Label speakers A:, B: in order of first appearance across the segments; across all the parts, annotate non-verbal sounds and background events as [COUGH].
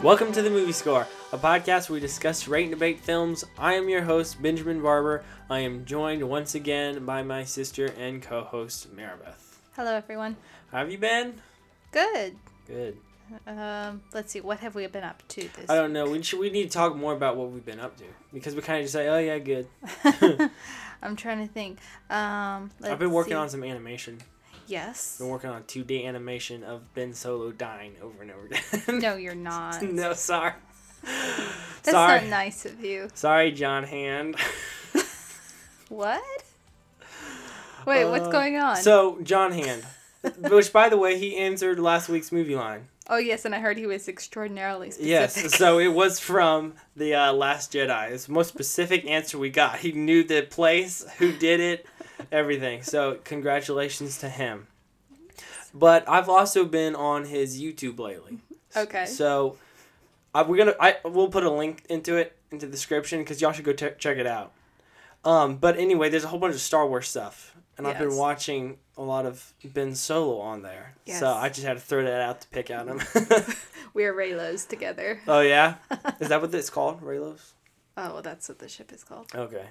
A: Welcome to the Movie Score, a podcast where we discuss, rate, and debate films. I am your host, Benjamin Barber. I am joined once again by my sister and co host, Maribeth.
B: Hello, everyone.
A: How have you been?
B: Good.
A: Good.
B: Um, let's see. What have we been up to this?
A: I don't know. We, should, we need to talk more about what we've been up to because we kind of just say, oh, yeah, good.
B: [LAUGHS]
A: [LAUGHS]
B: I'm trying to think. Um,
A: I've been working on some animation.
B: Yes.
A: Been working on a two day animation of Ben Solo dying over and over again. [LAUGHS]
B: No, you're not.
A: no, sorry.
B: That's
A: sorry.
B: not nice of you.
A: Sorry, John Hand. [LAUGHS]
B: What? Wait, what's
A: Uh,
B: going on? [LAUGHS]
A: So, John Hand, which, by the way, he answered last week's movie line.
B: oh yes, and I heard he was extraordinarily specific.
A: Yes, so
B: [LAUGHS]
A: it was from the uh, Last Jedi. It's the most specific answer we got. He knew the place, who did it, everything. So congratulations to him. But I've also been on his YouTube lately.
B: okay.
A: So I, we're gonna I we'll put a link into it into the description because y'all should go te- check it out. Um, but anyway, there's a whole bunch of Star Wars stuff, and I've been
B: Yes.
A: watching a lot of Ben Solo on there.
B: Yes.
A: So I just had to throw that out to pick out him. [LAUGHS]
B: We're Raylos together. [LAUGHS]
A: oh yeah, is that what it's called, Raylos?
B: Oh, well, that's what the ship is called.
A: Okay.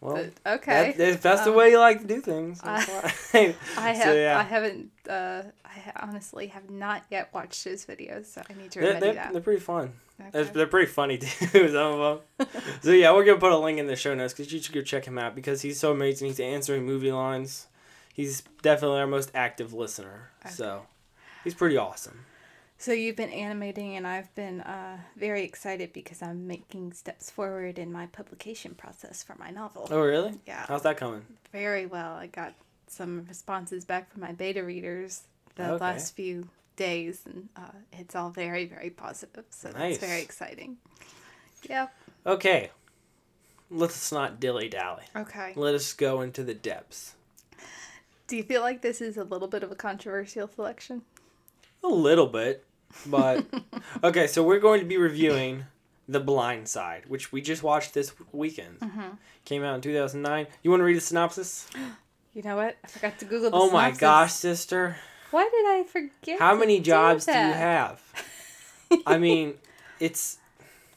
A: Well,
B: But,
A: Oh, that-
B: okay.
A: if that's the
B: Um,
A: way you like to do things.
B: I-
A: that's [LAUGHS]
B: [LAUGHS]
A: why.
B: I
A: so,
B: have.
A: yeah.
B: I haven't. Uh, I ha- honestly have not yet watched his videos, so I need to
A: they're,
B: remedy
A: they're,
B: that.
A: they're pretty fun. They're,
B: Okay.
A: they're pretty funny [LAUGHS] too. Some of them. so yeah, we're gonna put a link in the show notes because you should go check him out because he's so amazing. He's answering movie lines. He's definitely our most active listener. So he's pretty awesome.
B: So you've been animating, and I've been uh, very excited because I'm making steps forward in my publication process for my novel.
A: Oh really?
B: Yeah,
A: How's that coming?
B: very well. I got some responses back from my beta readers the
A: Okay.
B: last few days, and uh, it's all very, very positive. So
A: Nice.
B: that's very exciting. Yeah.
A: Okay. Let's not dilly dally.
B: Okay.
A: Let us go into the depths.
B: Do you feel like this is a little bit of a controversial selection?
A: A little bit, but
B: [LAUGHS]
A: okay. So we're going to be reviewing The Blind Side, which we just watched this weekend.
B: Mm-hmm.
A: Came out in two thousand nine. You want to read a synopsis?
B: You know what? I forgot to Google. The
A: oh my
B: synopsis.
A: gosh, sister!
B: Why did I forget?
A: How
B: to
A: many
B: do
A: jobs do, you
B: that?
A: have?
B: [LAUGHS]
A: I mean, it's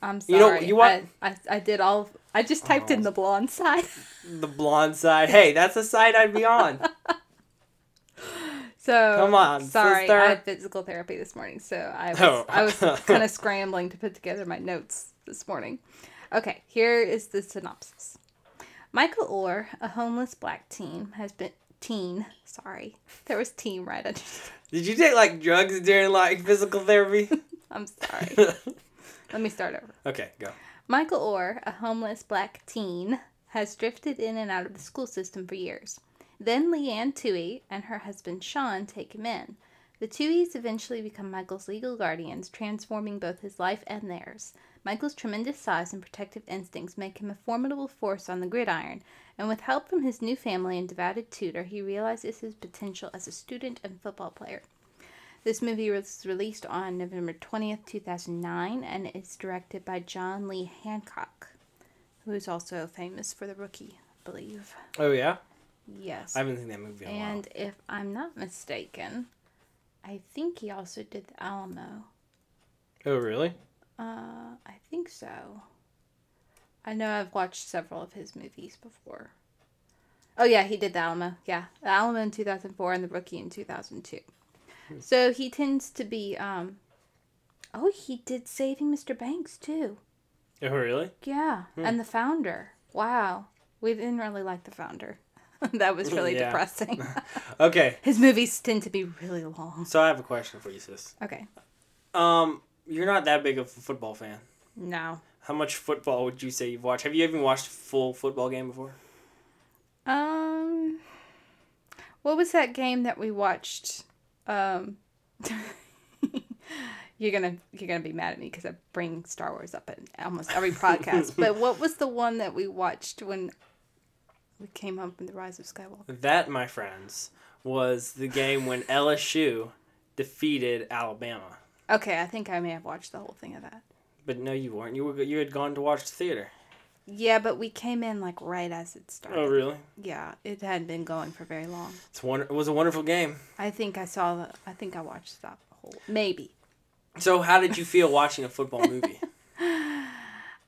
B: I'm sorry.
A: You know- you want-
B: I, I, I did all. I just typed in
A: Oh.
B: the blonde side.
A: the Blind Side. Hey, that's a side I'd be on.
B: [LAUGHS] So
A: Come on,
B: Sorry,
A: sister.
B: I had physical therapy this morning, so I was
A: Oh. [LAUGHS]
B: I was kind of scrambling to put together my notes this morning. Okay, here is the synopsis. Michael Orr, a homeless black teen, has been teen. Sorry, there was teen right under. [LAUGHS]
A: Did you take like drugs during like physical therapy? [LAUGHS]
B: I'm sorry. Let me start over.
A: okay, go.
B: Michael Orr, a homeless black teen, has drifted in and out of the school system for years. Then Leanne Tui and her husband Sean take him in. The Tuies eventually become Michael's legal guardians, transforming both his life and theirs. Michael's tremendous size and protective instincts make him a formidable force on the gridiron, and with help from his new family and devoted tutor, he realizes his potential as a student and football player. This movie was released on November 20th, 2009, and is directed by John Lee Hancock, who is also famous for The Rookie, I believe.
A: Oh yeah,
B: Yes.
A: I haven't seen that movie in a while.
B: and if I'm not mistaken, I think he also did The Alamo.
A: Oh really?
B: Uh, I think so. I know I've watched several of his movies before. Oh yeah, he did The Alamo. Yeah, The Alamo in 2004 and The Rookie in 2002. So he tends to be um Oh, he did Saving Mr. Banks too.
A: Oh really?
B: Yeah, and The Founder. Wow. We didn't really like The Founder. [LAUGHS] that was really
A: Yeah.
B: depressing. [LAUGHS]
A: Okay,
B: his movies tend to be really long.
A: so I have a question for you, sis.
B: Okay.
A: Um, you're not that big of a football fan.
B: No.
A: How much football would you say you've watched? Have you even watched a full football game before?
B: Um, what was that game that we watched? Um, [LAUGHS] you're gonna you're gonna be mad at me because I bring Star Wars up in almost
A: [LAUGHS]
B: every podcast. but what was the one that we watched when we came home from the Rise of Skywalker?
A: That, my friends, was the game [LAUGHS] when LSU defeated Alabama.
B: Okay, I think I may have watched the whole thing of that.
A: But no, you weren't. You were you had gone to watch the theater.
B: Yeah, but we came in like right as it started.
A: Oh, really?
B: Yeah, it hadn't been going for very long.
A: It's wonder. It was a wonderful game.
B: I think I saw the. I think I watched that whole. Maybe.
A: So, how did you feel watching a [LAUGHS] football movie?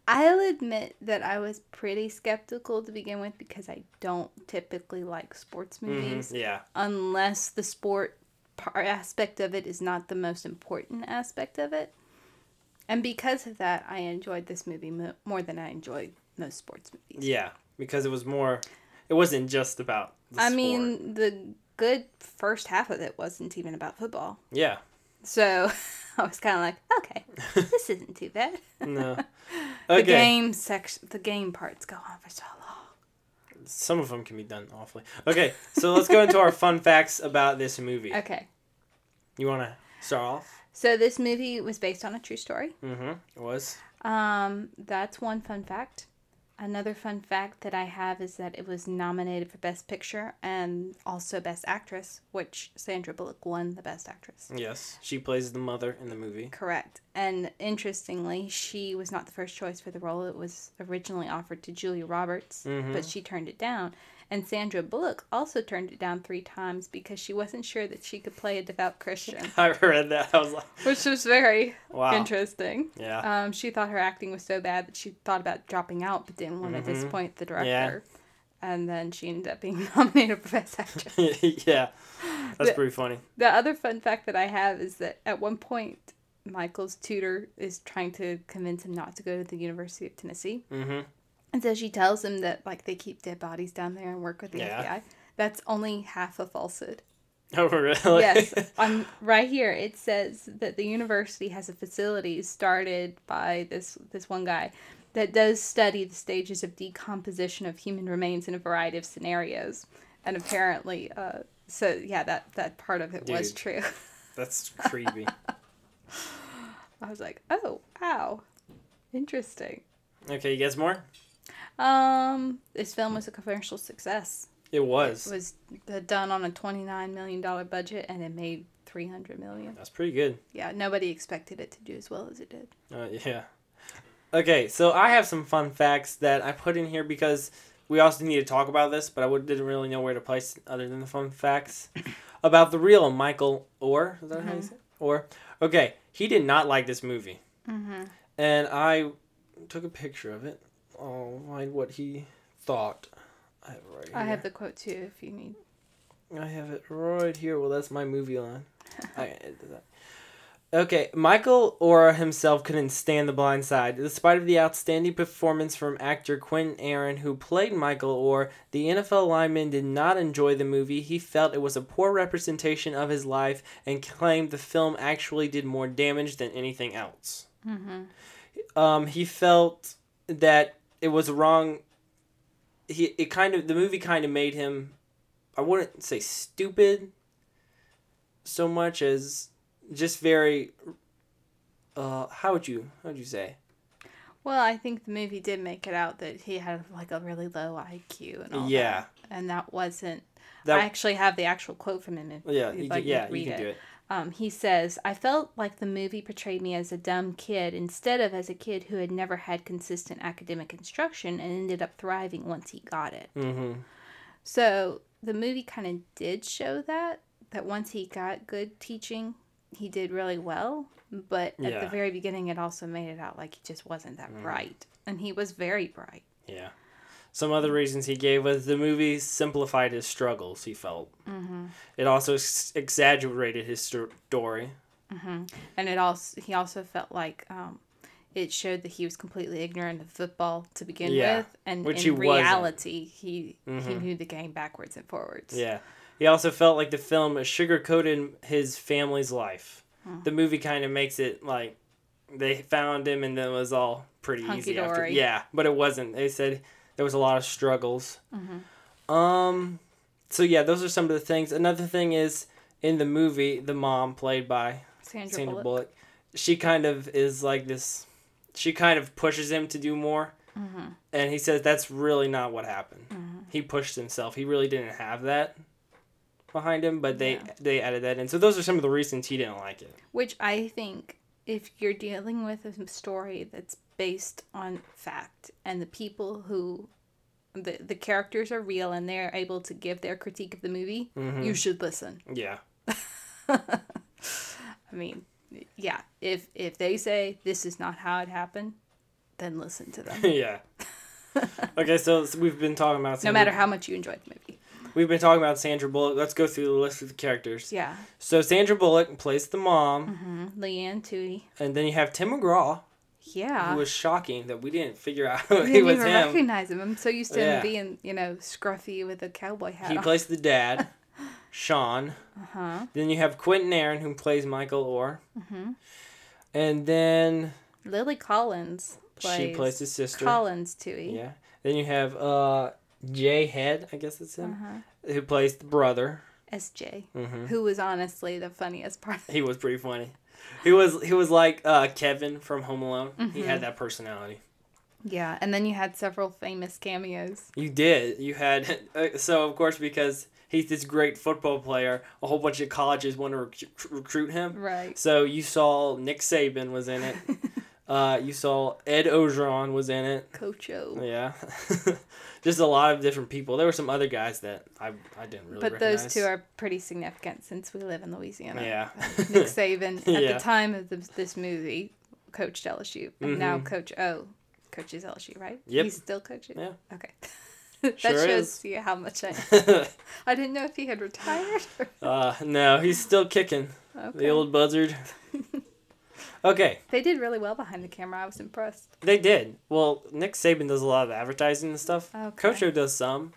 B: I'll admit that I was pretty skeptical to begin with because I don't typically like sports movies
A: Mhm, Yeah.
B: unless the sport part aspect of it is not the most important aspect of it. And because of that, I enjoyed this movie mo- more than I enjoyed most sports movies.
A: Yeah. Because it was more, it wasn't just about the
B: I
A: sport.
B: mean, the good first half of it wasn't even about football.
A: yeah.
B: So [LAUGHS] I was kind of like,
A: [LAUGHS]
B: okay, this isn't too bad.
A: No.
B: [LAUGHS] The
A: Okay.
B: game section, the game parts go on for so long.
A: Some of them can be done awfully. Okay. So, let's go into our fun facts about this movie.
B: Okay.
A: You want to start off?
B: So this movie was based on a true story.
A: Mm hmm. It was.
B: Um, that's one fun fact. Another fun fact that I have is that it was nominated for Best Picture and also Best Actress, which Sandra Bullock won the Best Actress.
A: Yes. She plays the mother in the movie. [LAUGHS]
B: Correct. And interestingly, she was not the first choice for the role. It was originally offered to Julia Roberts, but she turned it down. And Sandra Bullock also turned it down three times because she wasn't sure that she could play a devout Christian,
A: I read that. I was like,
B: [LAUGHS] which was very
A: wow.
B: interesting.
A: Yeah.
B: Um, she thought her acting was so bad that she thought about dropping out, but didn't want
A: Mm-hmm.
B: to disappoint the director. And then she ended up being [LAUGHS] nominated for Best
A: [LAUGHS]
B: Actress.
A: yeah. That's
B: The-
A: pretty funny.
B: the other fun fact that I have is that at one point, Michael's tutor is trying to convince him not to go to the University of Tennessee,
A: Mm
B: and so she tells him that like they keep dead bodies down there and work with the
A: Yeah.
B: FBI. That's only half a falsehood.
A: hmm. [LAUGHS] Oh, really? [LAUGHS]
B: yes, on right here it says that the university has a facility started by this this one guy that does study the stages of decomposition of human remains in a variety of scenarios, and apparently, uh, so yeah, that that part of it was
A: Dude.
B: true. [LAUGHS]
A: That's creepy.
B: I was like, oh wow, interesting.
A: okay, you guys more?
B: Um, this film was a commercial success.
A: It was.
B: It was done on a twenty nine million dollar budget, and it made three hundred million.
A: That's pretty good.
B: Yeah, nobody expected it to do as well as it did.
A: Uh, yeah. Okay, so I have some fun facts that I put in here because we also need to talk about this, but I would- didn't really know where to place it other than the fun
B: [COUGHS]
A: facts about the real Michael Orr. Is that how
B: Uh-huh.
A: you say? it? Orr. Okay, he did not like this movie,
B: Mm-hmm.
A: and I took a picture of it. Oh, mind what he thought. I have it right here.
B: I have the quote too if you need.
A: I have it right here. Well, that's my movie line. [LAUGHS] I can edit that. Okay, Michael Orr himself couldn't stand The Blind Side. Despite of the outstanding performance from actor Quentin Aaron, who played Michael Orr, the NFL lineman did not enjoy the movie. He felt it was a poor representation of his life and claimed the film actually did more damage than anything else.
B: Mm-hmm.
A: Um, he felt that it was wrong. He it kind of the movie kind of made him I wouldn't say stupid so much as just very uh how would you how would you say
B: Well, I think the movie did make it out that he had like a really low IQ and all
A: yeah
B: that. and that wasn't.
A: that
B: I actually have the actual quote from him. If
A: yeah
B: you'd
A: you can,
B: like me to
A: yeah you
B: read
A: can do it
B: Um, he says, "I felt like the movie portrayed me as a dumb kid instead of as a kid who had never had consistent academic instruction and ended up thriving once he got it."
A: mm-hmm
B: So the movie kind of did show that that once he got good teaching, he did really well. But at the
A: Yeah. Mm.
B: very beginning, it also made it out like he just wasn't that bright, and he was very bright.
A: yeah some other reasons he gave was the movie simplified his struggles he felt
B: Mm-hmm.
A: it also ex- exaggerated his sto- story
B: Mm-hmm. And it also he also felt like um, it showed that he was completely ignorant of football to begin
A: Yeah,
B: with, and
A: which he
B: in
A: wasn't.
B: reality, he he
A: Mhm.
B: knew the game backwards and forwards.
A: Yeah. He also felt like the film sugarcoated his family's life. The movie kind of makes it like they found him and then it was all pretty easy after.
B: Hunky-dory.
A: Yeah, but it wasn't. They said there was a lot of struggles.
B: Mhm.
A: Um so yeah, those are some of the things. Another thing is in the movie, the mom played by
B: Sandra,
A: Sandra
B: Bullock.
A: Bullock. she kind of is like this she kind of pushes him to do more.
B: Mhm.
A: And he says that's really not what happened
B: Mm-hmm.
A: he pushed himself. He really didn't have that behind him, but they
B: Yeah.
A: they added that in. So those are some of the reasons he didn't like it.
B: Which I think, if you're dealing with a story that's based on fact and the people who, the, the characters are real and they're able to give their critique of the movie,
A: Mhm.
B: you should listen.
A: Yeah.
B: I mean, yeah, if if they say this is not how it happened, then listen to
A: [LAUGHS]
B: them.
A: [LAUGHS]
B: [LAUGHS]
A: yeah. okay, so, so we've been talking about
B: No
A: Sandra,
B: matter how much you enjoyed the movie.
A: we've been talking about Sandra Bullock. Let's go through the list of the characters.
B: Yeah.
A: So Sandra Bullock plays the mom,
B: Mm, Leanne Toohey.
A: and then you have Tim McGraw,
B: Yeah.
A: who
B: [LAUGHS]
A: was shocking that we didn't figure out [LAUGHS] who he
B: I Ah. didn't
A: was
B: even
A: him.
B: recognize him. I'm so used to
A: Yeah.
B: him being, you know, scruffy with a cowboy hat.
A: He
B: on.
A: plays the
B: [LAUGHS]
A: dad, Sean.
B: uh-huh.
A: Then you have Quentin Aaron, who plays Michael Orr.
B: Mm-hmm.
A: And then
B: Lily Collins plays.
A: she plays his sister.
B: Collins Toohey.
A: Yeah. Then you have uh, Jay Head, I guess it's him,
B: Uh-huh.
A: who plays the brother.
B: SJ,
A: Mhm.
B: who was honestly the funniest part. [LAUGHS]
A: He was pretty funny. He was he was like uh, Kevin from Home Alone. He
B: Mm-hmm.
A: had that personality.
B: Yeah, and then you had several famous cameos.
A: You did. You had [LAUGHS] uh, so of course because he's this great football player. A whole bunch of colleges want to rec- recruit him.
B: Right.
A: So you saw Nick Saban was
B: [LAUGHS]
A: in it. uh, you saw Ed Ogeron was in it.
B: Cocho.
A: Yeah, [LAUGHS] just a lot of different people. There were some other guys that I I didn't really.
B: But
A: recognize.
B: those two are pretty significant since we live in Louisiana.
A: Yeah.
B: [LAUGHS]
A: [LAUGHS]
B: Nick Saban, at
A: Yeah. Mm-hmm.
B: the time of the, this movie, coached LSU. And now Coach O coaches LSU, right?
A: Yep.
B: He's still coaching?
A: Yeah.
B: Okay. [LAUGHS] that
A: Sure
B: shows
A: is.
B: you how much I... I didn't know if he had retired. [LAUGHS] or-
A: uh, no, he's still kicking.
B: okay.
A: The old
B: [LAUGHS]
A: buzzard. okay,
B: They did really well behind the camera. I was impressed.
A: they did. Well, Nick Saban does a lot of advertising and stuff.
B: Okay.
A: Coach O does some.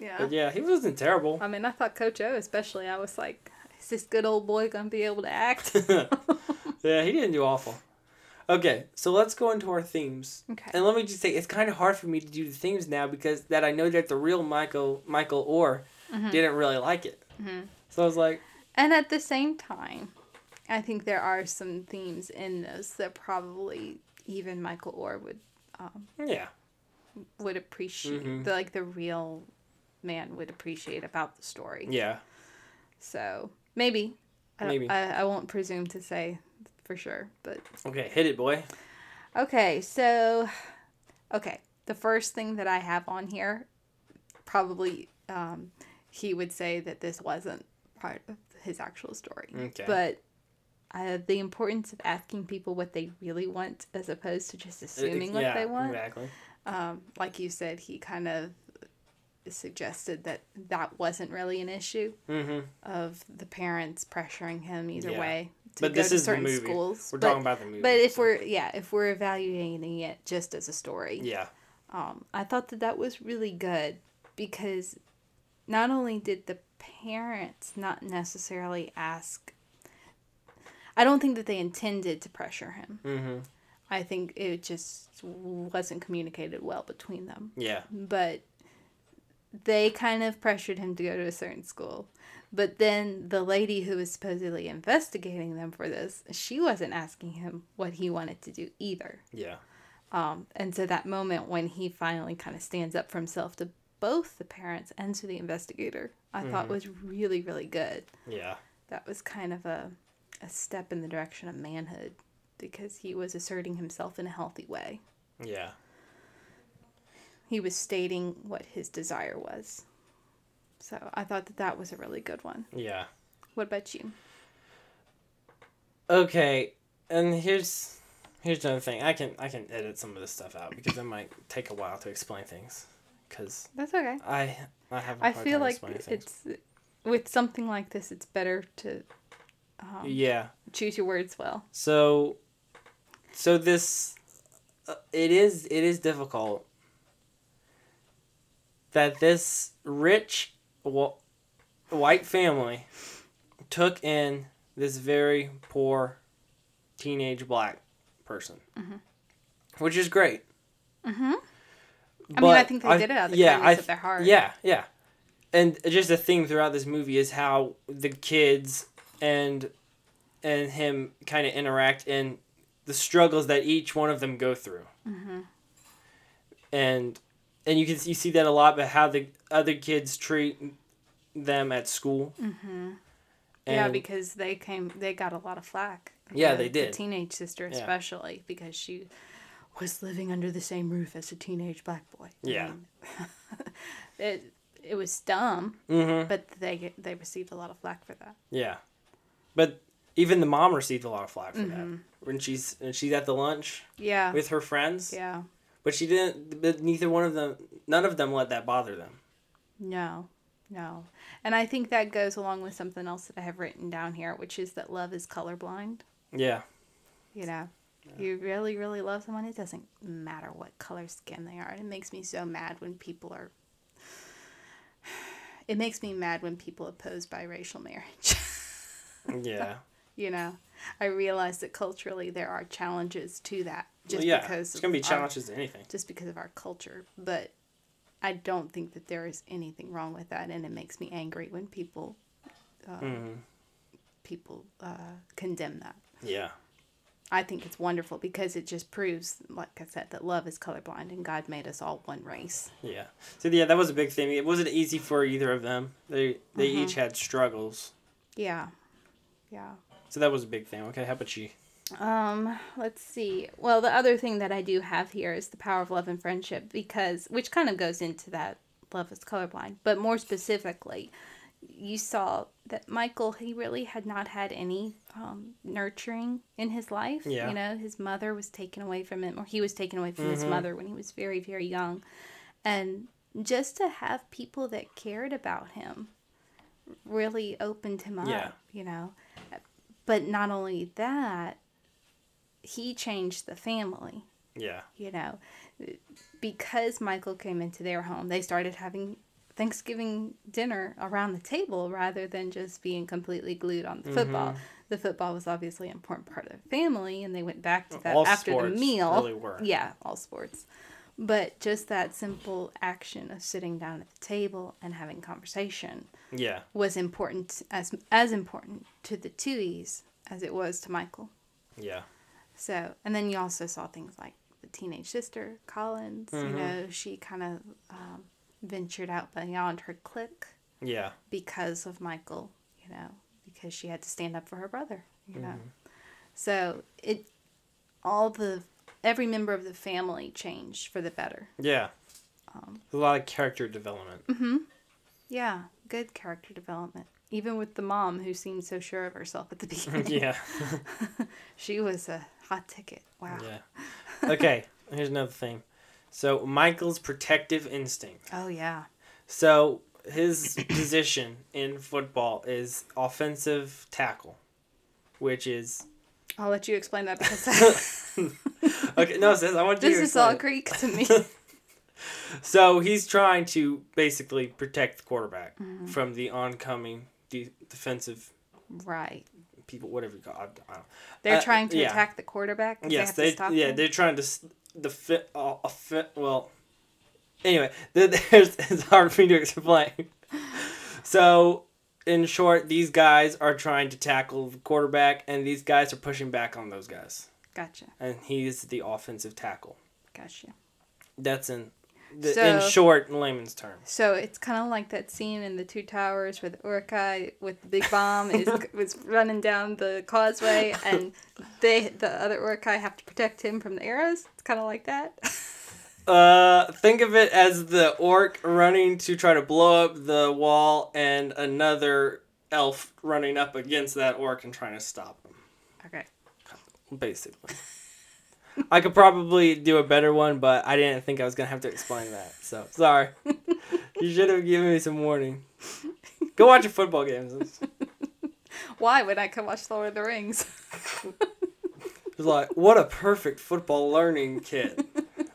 B: Yeah.
A: But yeah, he wasn't terrible. [LAUGHS]
B: I mean, I thought Coach O especially. I was like, is this good old boy gonna be able
A: [LAUGHS]
B: to act?
A: yeah, he didn't do awful. Okay, so let's go into our themes.
B: Okay.
A: And let me just say, it's kind of hard for me to do the themes now because that I know that the real Michael Michael Orr
B: Mm-hmm.
A: didn't really like it. So I was like,
B: And at the same time, I think there are some themes in this that probably even Michael Orr would
A: yeah,
B: would appreciate.
A: Mhm.
B: The, like the real man would appreciate about the story.
A: yeah,
B: So maybe, I, don't-
A: Maybe.
B: I, I won't presume to say for sure, but
A: okay, hit it, boy.
B: Okay, so okay, the first thing that I have on here, probably um, he would say that this wasn't part of his actual story,
A: Okay.
B: but uh, the importance of asking people what they really want as opposed to just assuming what
A: Uh, yeah,
B: they want.
A: exactly.
B: Um, like you said, he kind of suggested that that wasn't really an issue
A: Mm-hmm.
B: of the parents pressuring him either
A: Yeah.
B: way to
A: But
B: go
A: this
B: to
A: is the
B: certain
A: movie.
B: schools.
A: We're
B: but-
A: talking about the movie.
B: but if
A: so-
B: we're yeah, if we're evaluating it just as a story,
A: yeah,
B: um, I thought that that was really good because not only did the parents not necessarily ask, I don't think that they intended to pressure him.
A: mm-hmm.
B: I think it just wasn't communicated well between them,
A: yeah,
B: but they kind of pressured him to go to a certain school. But then the lady who was supposedly investigating them for this, she wasn't asking him what he wanted to do either.
A: yeah,
B: Um, and so that moment when he finally kind of stands up for himself to both the parents and to the investigator, I thought was really, really good.
A: yeah.
B: That was kind of a, a step in the direction of manhood because he was asserting himself in a healthy way.
A: Yeah.
B: He was stating what his desire was. So I thought that that was a really good one.
A: Yeah.
B: What about you?
A: Okay. And here's here's another thing. I can I can edit some of this stuff out because it might take a while to explain things because
B: That's okay.
A: I I have a
B: I
A: hard
B: feel
A: time
B: like
A: explaining things.
B: it's with something like this, it's better to um,
A: yeah.
B: choose your words well.
A: So so this uh, it is it is difficult that this rich wh- white family took in this very poor teenage black person, which is great.
B: Mm-hmm. I
A: But
B: mean, I think they did it out of the kindness
A: I-
B: of their heart.
A: Yeah, yeah. And just a theme throughout this movie is how the kids and and him kind of interact and the struggles that each one of them go through.
B: Mm-hmm.
A: And and you can you see that a lot, but how the other kids treat them at school. Mm-hmm.
B: yeah, because they came, they got a lot of flack.
A: Yeah,
B: The-
A: they did.
B: The teenage sister,
A: Yeah.
B: especially, because she was living under the same roof as a teenage black boy. I
A: Yeah.
B: mean, [LAUGHS] it it was dumb,
A: hmm
B: but they they received a lot of flack for that.
A: yeah, but Even the mom received a lot of flack for that when she's when she's at the lunch
B: Mm-hmm. Yeah.
A: with her friends.
B: yeah.
A: But she didn't. But neither one of them, none of them, let that bother them.
B: No. No. And I think that goes along with something else that I have written down here, which is that love is colorblind.
A: Yeah,
B: You know, you really, really love someone. It doesn't matter what color skin they are. And it makes me so mad when people are. It makes me mad when people oppose biracial marriage. [LAUGHS]
A: yeah.
B: you know, I realize that culturally there are challenges to that. [LAUGHS] Just
A: well, yeah,
B: because
A: it's gonna be
B: of um, our-
A: challenges to anything.
B: just because of our culture. But I don't think that there is anything wrong with that, and it makes me angry when people uh, people uh, condemn that.
A: Yeah,
B: I think it's wonderful because it just proves, like I said, that love is colorblind and God made us all one race.
A: yeah. So yeah, that was a big thing. It wasn't easy for either of them. They they
B: Mm-hmm.
A: each had struggles.
B: Yeah. Yeah.
A: So that was a big thing. Okay, how about you?
B: Um, let's see. Well, the other thing that I do have here is the power of love and friendship because which kind of goes into that love is colorblind, but more specifically, you saw that Michael he really had not had any um, nurturing in his life.
A: Yeah.
B: You know, his mother was taken away from him, or he was taken away from his mother when he was very very young, and just to have people that cared about him really opened him up.
A: Yeah.
B: You know, but not only that, he changed the family,
A: Yeah,
B: you know. Because Michael came into their home, they started having Thanksgiving dinner around the table rather than just being completely glued on
A: Mm-hmm.
B: the football. The football was obviously an important part of the family, and they went back to that
A: All
B: after the
A: sports
B: meal.
A: really were.
B: Yeah, all sports. But just that simple action of sitting down at the table and having conversation
A: yeah,
B: was important as as important to the Tuies as it was to Michael.
A: yeah,
B: So, and then you also saw things like the teenage sister Collins.
A: Mm-hmm.
B: You know, she kind of um, ventured out beyond her clique
A: yeah,
B: because of Michael. You know, because she had to stand up for her brother. You know,
A: Mm-hmm.
B: so it all the every member of the family changed for the better.
A: yeah.
B: Um.
A: a lot of character
B: [LAUGHS]
A: development. [LAUGHS]
B: Yeah, good character development. Even with the mom who seemed so sure of herself at the [LAUGHS] beginning.
A: yeah,
B: She was a hot ticket. Wow. [LAUGHS]
A: yeah. Okay, here's another thing. So Michael's protective instinct.
B: Oh yeah.
A: So his [COUGHS] position in football is offensive tackle, which is
B: I'll let you explain
A: [LAUGHS]
B: that because [LAUGHS] this
A: okay. No, sis, I want you. to
B: is all
A: explain
B: Greek to me.
A: [LAUGHS] it. So he's trying to basically protect the quarterback from the oncoming de- defensive
B: right.
A: people, whatever you call. I, I don't.
B: They're
A: Uh,
B: trying to
A: yeah.
B: attack the quarterback. 'cause
A: Yes,
B: have to
A: they.
B: stop
A: yeah,
B: him?
A: they're trying to s- the fit. Uh, offen- well, anyway, [LAUGHS] there- there's it's hard for me to explain. [LAUGHS] So, in short, these guys are trying to tackle the quarterback, and these guys are pushing back on those guys,
B: Gotcha.
A: and he's the offensive tackle.
B: Gotcha.
A: That's in the,
B: So-
A: in short layman's terms.
B: So it's kind of like that scene in the Two Towers where the Urukai with the big
A: [LAUGHS]
B: bomb is was running down the causeway, and they the other Urukai have to protect him from the arrows. It's kind of like
A: [LAUGHS]
B: that.
A: Uh, think of it as the orc running to try to blow up the wall, and another elf running up against that orc and trying to stop him.
B: okay.
A: basically. I could probably do a better one, but I didn't think I was gonna have to explain that. So sorry. you should have given me some warning. Go watch a football game. It's
B: Why would I come watch Lord of
A: [LAUGHS]
B: the Rings?
A: it's like, what a perfect football learning kit.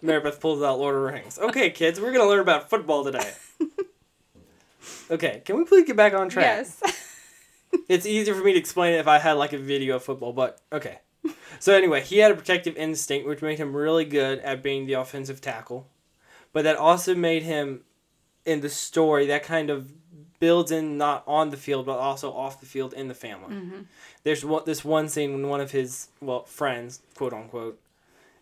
A: Maribeth pulls out Lord of the Rings. Okay, kids, we're gonna learn about football today. Okay, can we please get back on track?
B: Yes.
A: It's easier for me to explain it if I had like a video of football, but okay. So anyway, he had a protective instinct, which made him really good at being the offensive tackle, but that also made him, in the story, that kind of builds in not on the field but also off the field in the family. There's one this one scene when one of his well friends, quote unquote,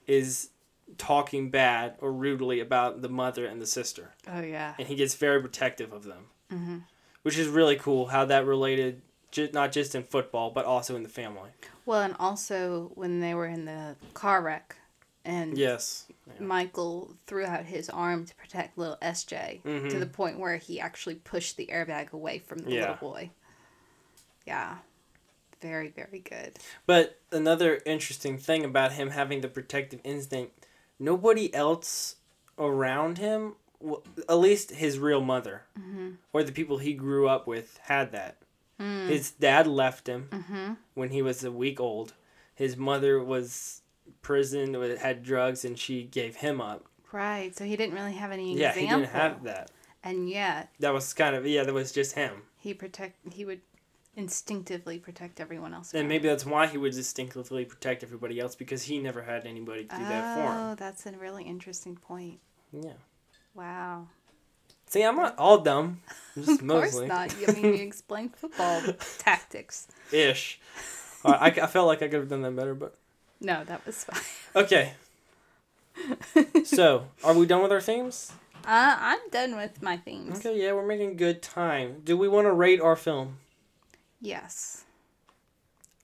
A: is talking bad or rudely about the mother and the sister
B: Oh yeah.
A: and he gets very protective of them, mm-hmm. which is really cool. How that related, ju- not just in football, but also in the family.
B: Well, and also when they were in the car wreck, and
A: Yes.
B: Michael threw out his arm to protect little SJ
A: Mm-hmm.
B: to the point where he actually pushed the airbag away from the
A: Yeah.
B: little boy. Yeah. very, very good.
A: But another interesting thing about him having the protective instinct, nobody else around him, w- at least his real mother
B: Mm-hmm.
A: or the people he grew up with, had that.
B: Mm.
A: His dad left him
B: Mm-hmm.
A: when he was a week old. His mother was prison wa- had drugs and she gave him up.
B: Right. So he didn't really have any
A: Yeah,
B: example.
A: he didn't have that.
B: And yet
A: That was kind of yeah, that was just him.
B: he protect he would instinctively protect everyone else.
A: And
B: around
A: maybe that's why he would distinctively protect everybody else because he never had anybody do
B: him.
A: that for him.
B: Oh, that's a really interesting point.
A: Yeah.
B: Wow.
A: See, I'm not all dumb.
B: [LAUGHS]
A: I'm Just
B: Of course
A: mostly.
B: not. I
A: [LAUGHS]
B: mean, you explain football tactics.
A: Ish. All right, I, I felt like I could have done that better, but.
B: No, that was fine. [LAUGHS]
A: Okay. so, are we done with our themes?
B: Uh, I'm done with my themes.
A: Okay, yeah, we're making good time. Do we want to rate our film?
B: Yes.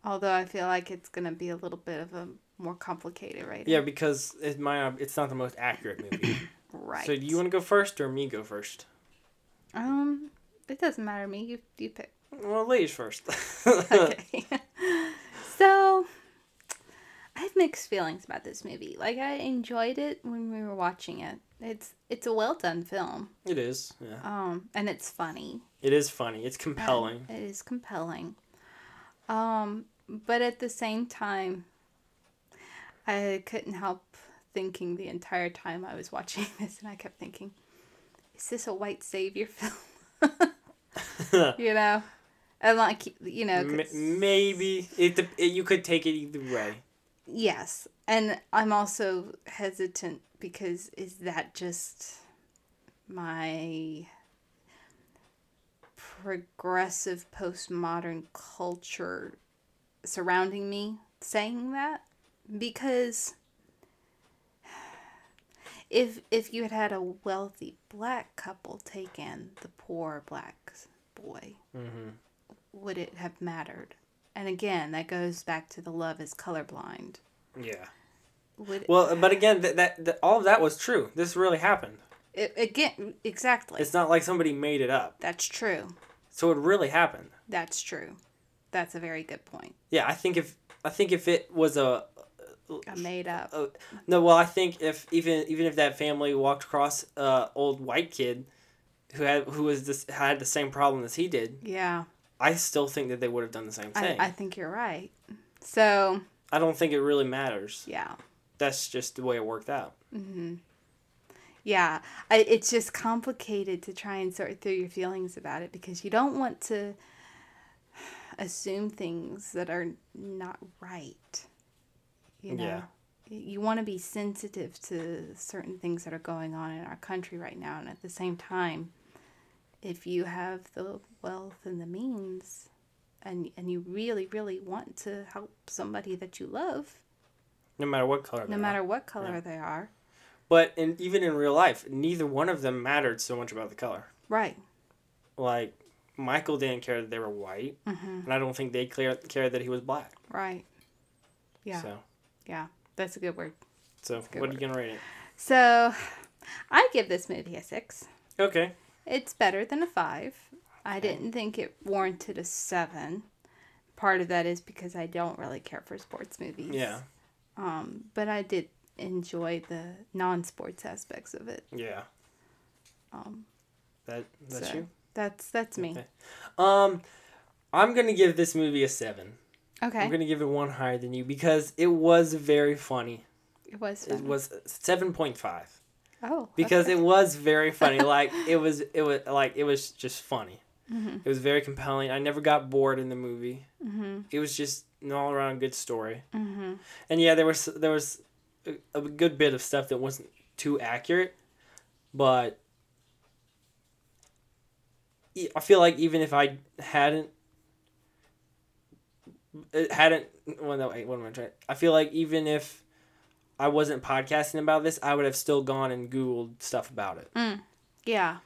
B: Although I feel like it's gonna be a little bit of a more complicated rating.
A: Yeah, because it, my it's not the most accurate movie.
B: [COUGHS] Right.
A: So, do you want to go first or me go first?
B: Um, it doesn't matter to me. You
A: [LAUGHS]
B: you pick.
A: Well, ladies first. [LAUGHS]
B: [LAUGHS] Okay. [LAUGHS] so, I have mixed feelings about this movie. Like I enjoyed it when we were watching it. It's it's a well done film.
A: It is. Yeah.
B: Um, and it's funny.
A: It is funny. It's compelling.
B: It is compelling. Um, but at the same time, I couldn't help thinking the entire time I was watching [LAUGHS] this, and I kept thinking, is this a white savior film? [LAUGHS] you know? And like, you know, 'cause-
A: M- maybe it, dep- it you could take it either way.
B: yes. And I'm also hesitant because is that just my progressive postmodern culture surrounding me saying that because if if you had had a wealthy black couple take in the poor black boy would it have mattered and again that goes back to the love is colorblind
A: Yeah.
B: would
A: Well, but again, that, that, that all of that was true. This really happened.
B: it, again exactly
A: It's not like somebody made it up.
B: that's true
A: So it really happened.
B: that's true that's a very good point
A: Yeah, I think if I think if it was a,
B: i made up
A: a no, well, I think if even even if that family walked across a old white kid who had who was this had the same problem as he did,
B: yeah
A: I still think that they would have done the same
B: I,
A: thing.
B: I
A: I,
B: think you're right. So,
A: don't think it really matters.
B: yeah.
A: That's just the way it worked out.
B: Yeah. I, it's just complicated to try and sort through your feelings about it because you don't want to assume things that are not right. You know?
A: Yeah.
B: You want to be sensitive to certain things that are going on in our country right now. And at the same time, if you have the wealth and the means and, and you really, really want to help somebody that you love,
A: No matter what color. they
B: no
A: are.
B: matter what color they are.
A: But in, even in real life, neither one of them mattered so much about the color.
B: Right.
A: Like Michael didn't care that they were white,
B: Mm-hmm.
A: and I don't think they clear, cared that he was black.
B: Right. Yeah.
A: So,
B: Yeah. That's a good word.
A: so
B: good
A: what are you gonna rate it?
B: So I give this movie a six.
A: Okay.
B: It's better than a five. I didn't think it warranted a seven. Part of that is because I don't really care for sports movies.
A: Yeah.
B: Um, but I did enjoy the non sports aspects of it.
A: Yeah.
B: Um,
A: That that's
B: so
A: you.
B: That's that's me.
A: Okay. Um, I'm gonna give this movie a 7
B: Okay.
A: I'm gonna give it one higher than you because it was very funny.
B: It was
A: It
B: fun.
A: was seven point five
B: [LAUGHS] oh.
A: because
B: okay.
A: it was very funny. like it was, it was like it was just funny. It was very compelling. I never got bored in the movie. It was just an all around good story. And yeah, there was there was a, a good bit of stuff that wasn't too accurate, but e- I feel like even if I hadn't it hadn't well no wait what am I trying I feel like even if I wasn't podcasting about this I would have still gone and googled stuff about it
B: yeah.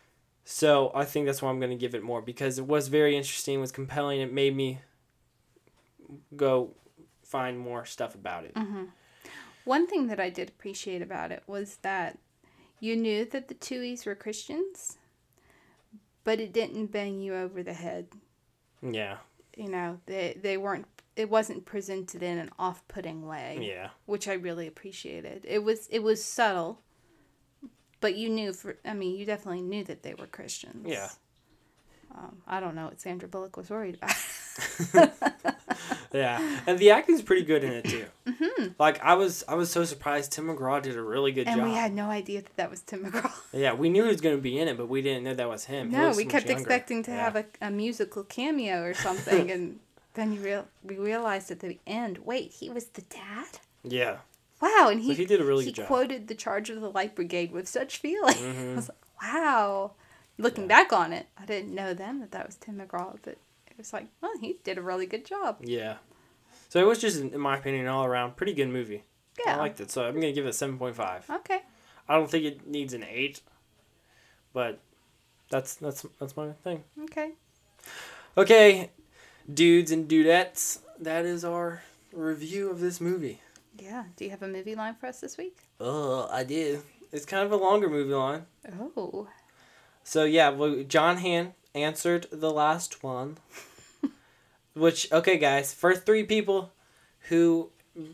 A: so I think that's why I'm going to give it more because it was very interesting it was compelling it made me go find more stuff about it
B: One thing that I did appreciate about it was that you knew that the Tuies were Christians, but it didn't bang you over the head.
A: yeah
B: Mm-hmm. You know, they they weren't it wasn't presented in an off-putting way,
A: Yeah.
B: which I really appreciated. It was it was subtle, but you knew for I mean you definitely knew that they were Christians.
A: Yeah.
B: Um, I don't know what Sandra Bullock was worried about. [LAUGHS]
A: Yeah. And the acting's pretty good in it
B: [LAUGHS]
A: too. Like I was I was so surprised Tim McGraw did a really good
B: Mm-hmm. and
A: job.
B: we had no idea that that was Tim McGraw.
A: Yeah, we knew he was going to be in it, but we didn't know that was him. He
B: No,
A: looks
B: we
A: much
B: kept
A: younger.
B: expecting to
A: Yeah.
B: have a, a musical cameo
A: [LAUGHS]
B: or something, and then you real we realized at the end, wait, he was the dad.
A: Yeah.
B: Wow, and he
A: he did a really
B: he
A: good job. Mm-hmm.
B: quoted the Charge of the Light Brigade with such feeling. [LAUGHS] I was like, wow. Looking back on it, I didn't know then that that was Tim McGraw, but it was like, well, he did a really good job.
A: Yeah. So it was just, in my opinion, all around pretty good movie.
B: Yeah.
A: I liked it. So I'm going to give it 7.5.
B: Okay.
A: I don't think it needs an 8, but that's that's that's my thing.
B: Okay.
A: Okay, dudes and dudettes, that is our review of this movie.
B: Yeah. Do you have a movie line for us this week?
A: Oh, I did. It's kind of a longer movie line.
B: Oh.
A: So yeah, well, John Han answered the last one. Which okay, guys, first three people who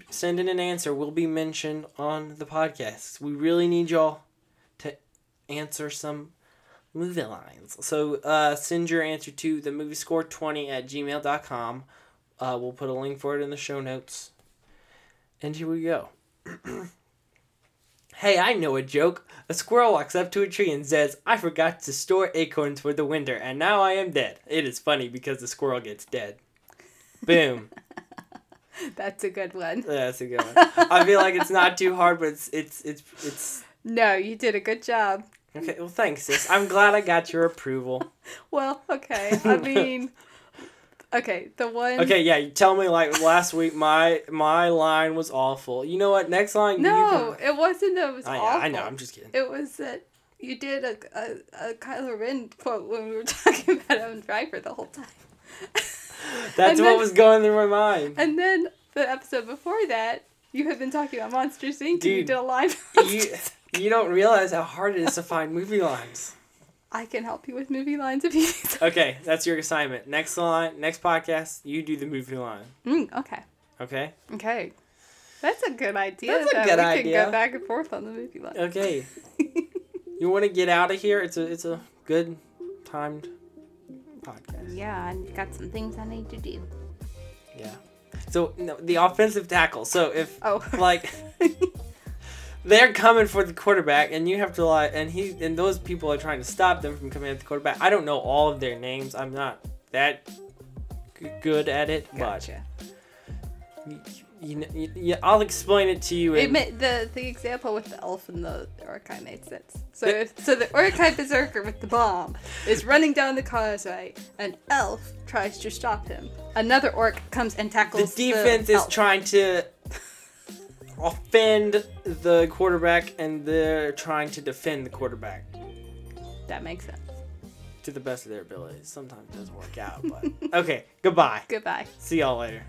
A: send in an answer will be mentioned on the podcast. We really need y'all to answer some movie lines. So uh, send your answer to the movie score twenty at gmail.com. Uh, we'll put a link for it in the show notes. And here we go. [CLEARS THROAT] Hey, I know a joke. A squirrel walks up to a tree and says, I forgot to store acorns for the winter, and now I am dead. It is funny because the squirrel gets dead. Boom.
B: [LAUGHS]
A: [LAUGHS]
B: That's a good one.
A: That's a good one. I feel like it's not too hard, but it's it's it's it's
B: No, you did a good job.
A: okay, well thanks, sis. I'm glad I got your approval.
B: Well, okay.
A: [LAUGHS]
B: I mean, okay. The one.
A: Okay, yeah, you tell me like last week my my line was awful. You know what? Next line
B: No,
A: you
B: it wasn't that it was
A: can, I,
B: awful.
A: I know, I'm just kidding.
B: It was that you did a, a, a Kylo Ren quote when we were [LAUGHS] talking about Adam Driver the whole time. [LAUGHS]
A: That's
B: And
A: what
B: then-
A: was going through my mind.
B: And then the episode before that, you had been talking about Monsters Inc. and you
A: Dude,
B: did a line.
A: you you don't realize how hard it is to find movie lines.
B: [LAUGHS] I can help you with movie lines if you need some.
A: Okay, that's your assignment. Next line, next podcast, you do the movie line.
B: Mm, okay.
A: Okay.
B: Okay. That's a good idea.
A: That's a
B: though.
A: good
B: we can
A: idea.
B: go back and forth on the movie line.
A: Okay. you want to get out of here? It's a it's a good timed podcast.
B: [LAUGHS] yeah, I've got some things I need to do.
A: Yeah. So no, the offensive tackle. So if
B: Oh.
A: like they're coming for the quarterback, and you have to lie, and he and those people are trying to stop them from coming at the quarterback. I don't know all of their names. I'm not that g- good at [LAUGHS] it,
B: Gotcha.
A: but y you, you, you, I'll explain it to you.
B: It
A: In,
B: ma- the the example with the elf and the Orakai made sense. So if, so the Orakai berserker with the bomb is running down the causeway. An elf tries to stop him. Another orc comes and
A: the
B: tackles the
A: defense is
B: elf.
A: trying to offend the quarterback and they're trying to defend the quarterback
B: That makes sense.
A: to the best of their abilities. Sometimes it doesn't work out, but okay, goodbye.
B: Goodbye.
A: See y'all later.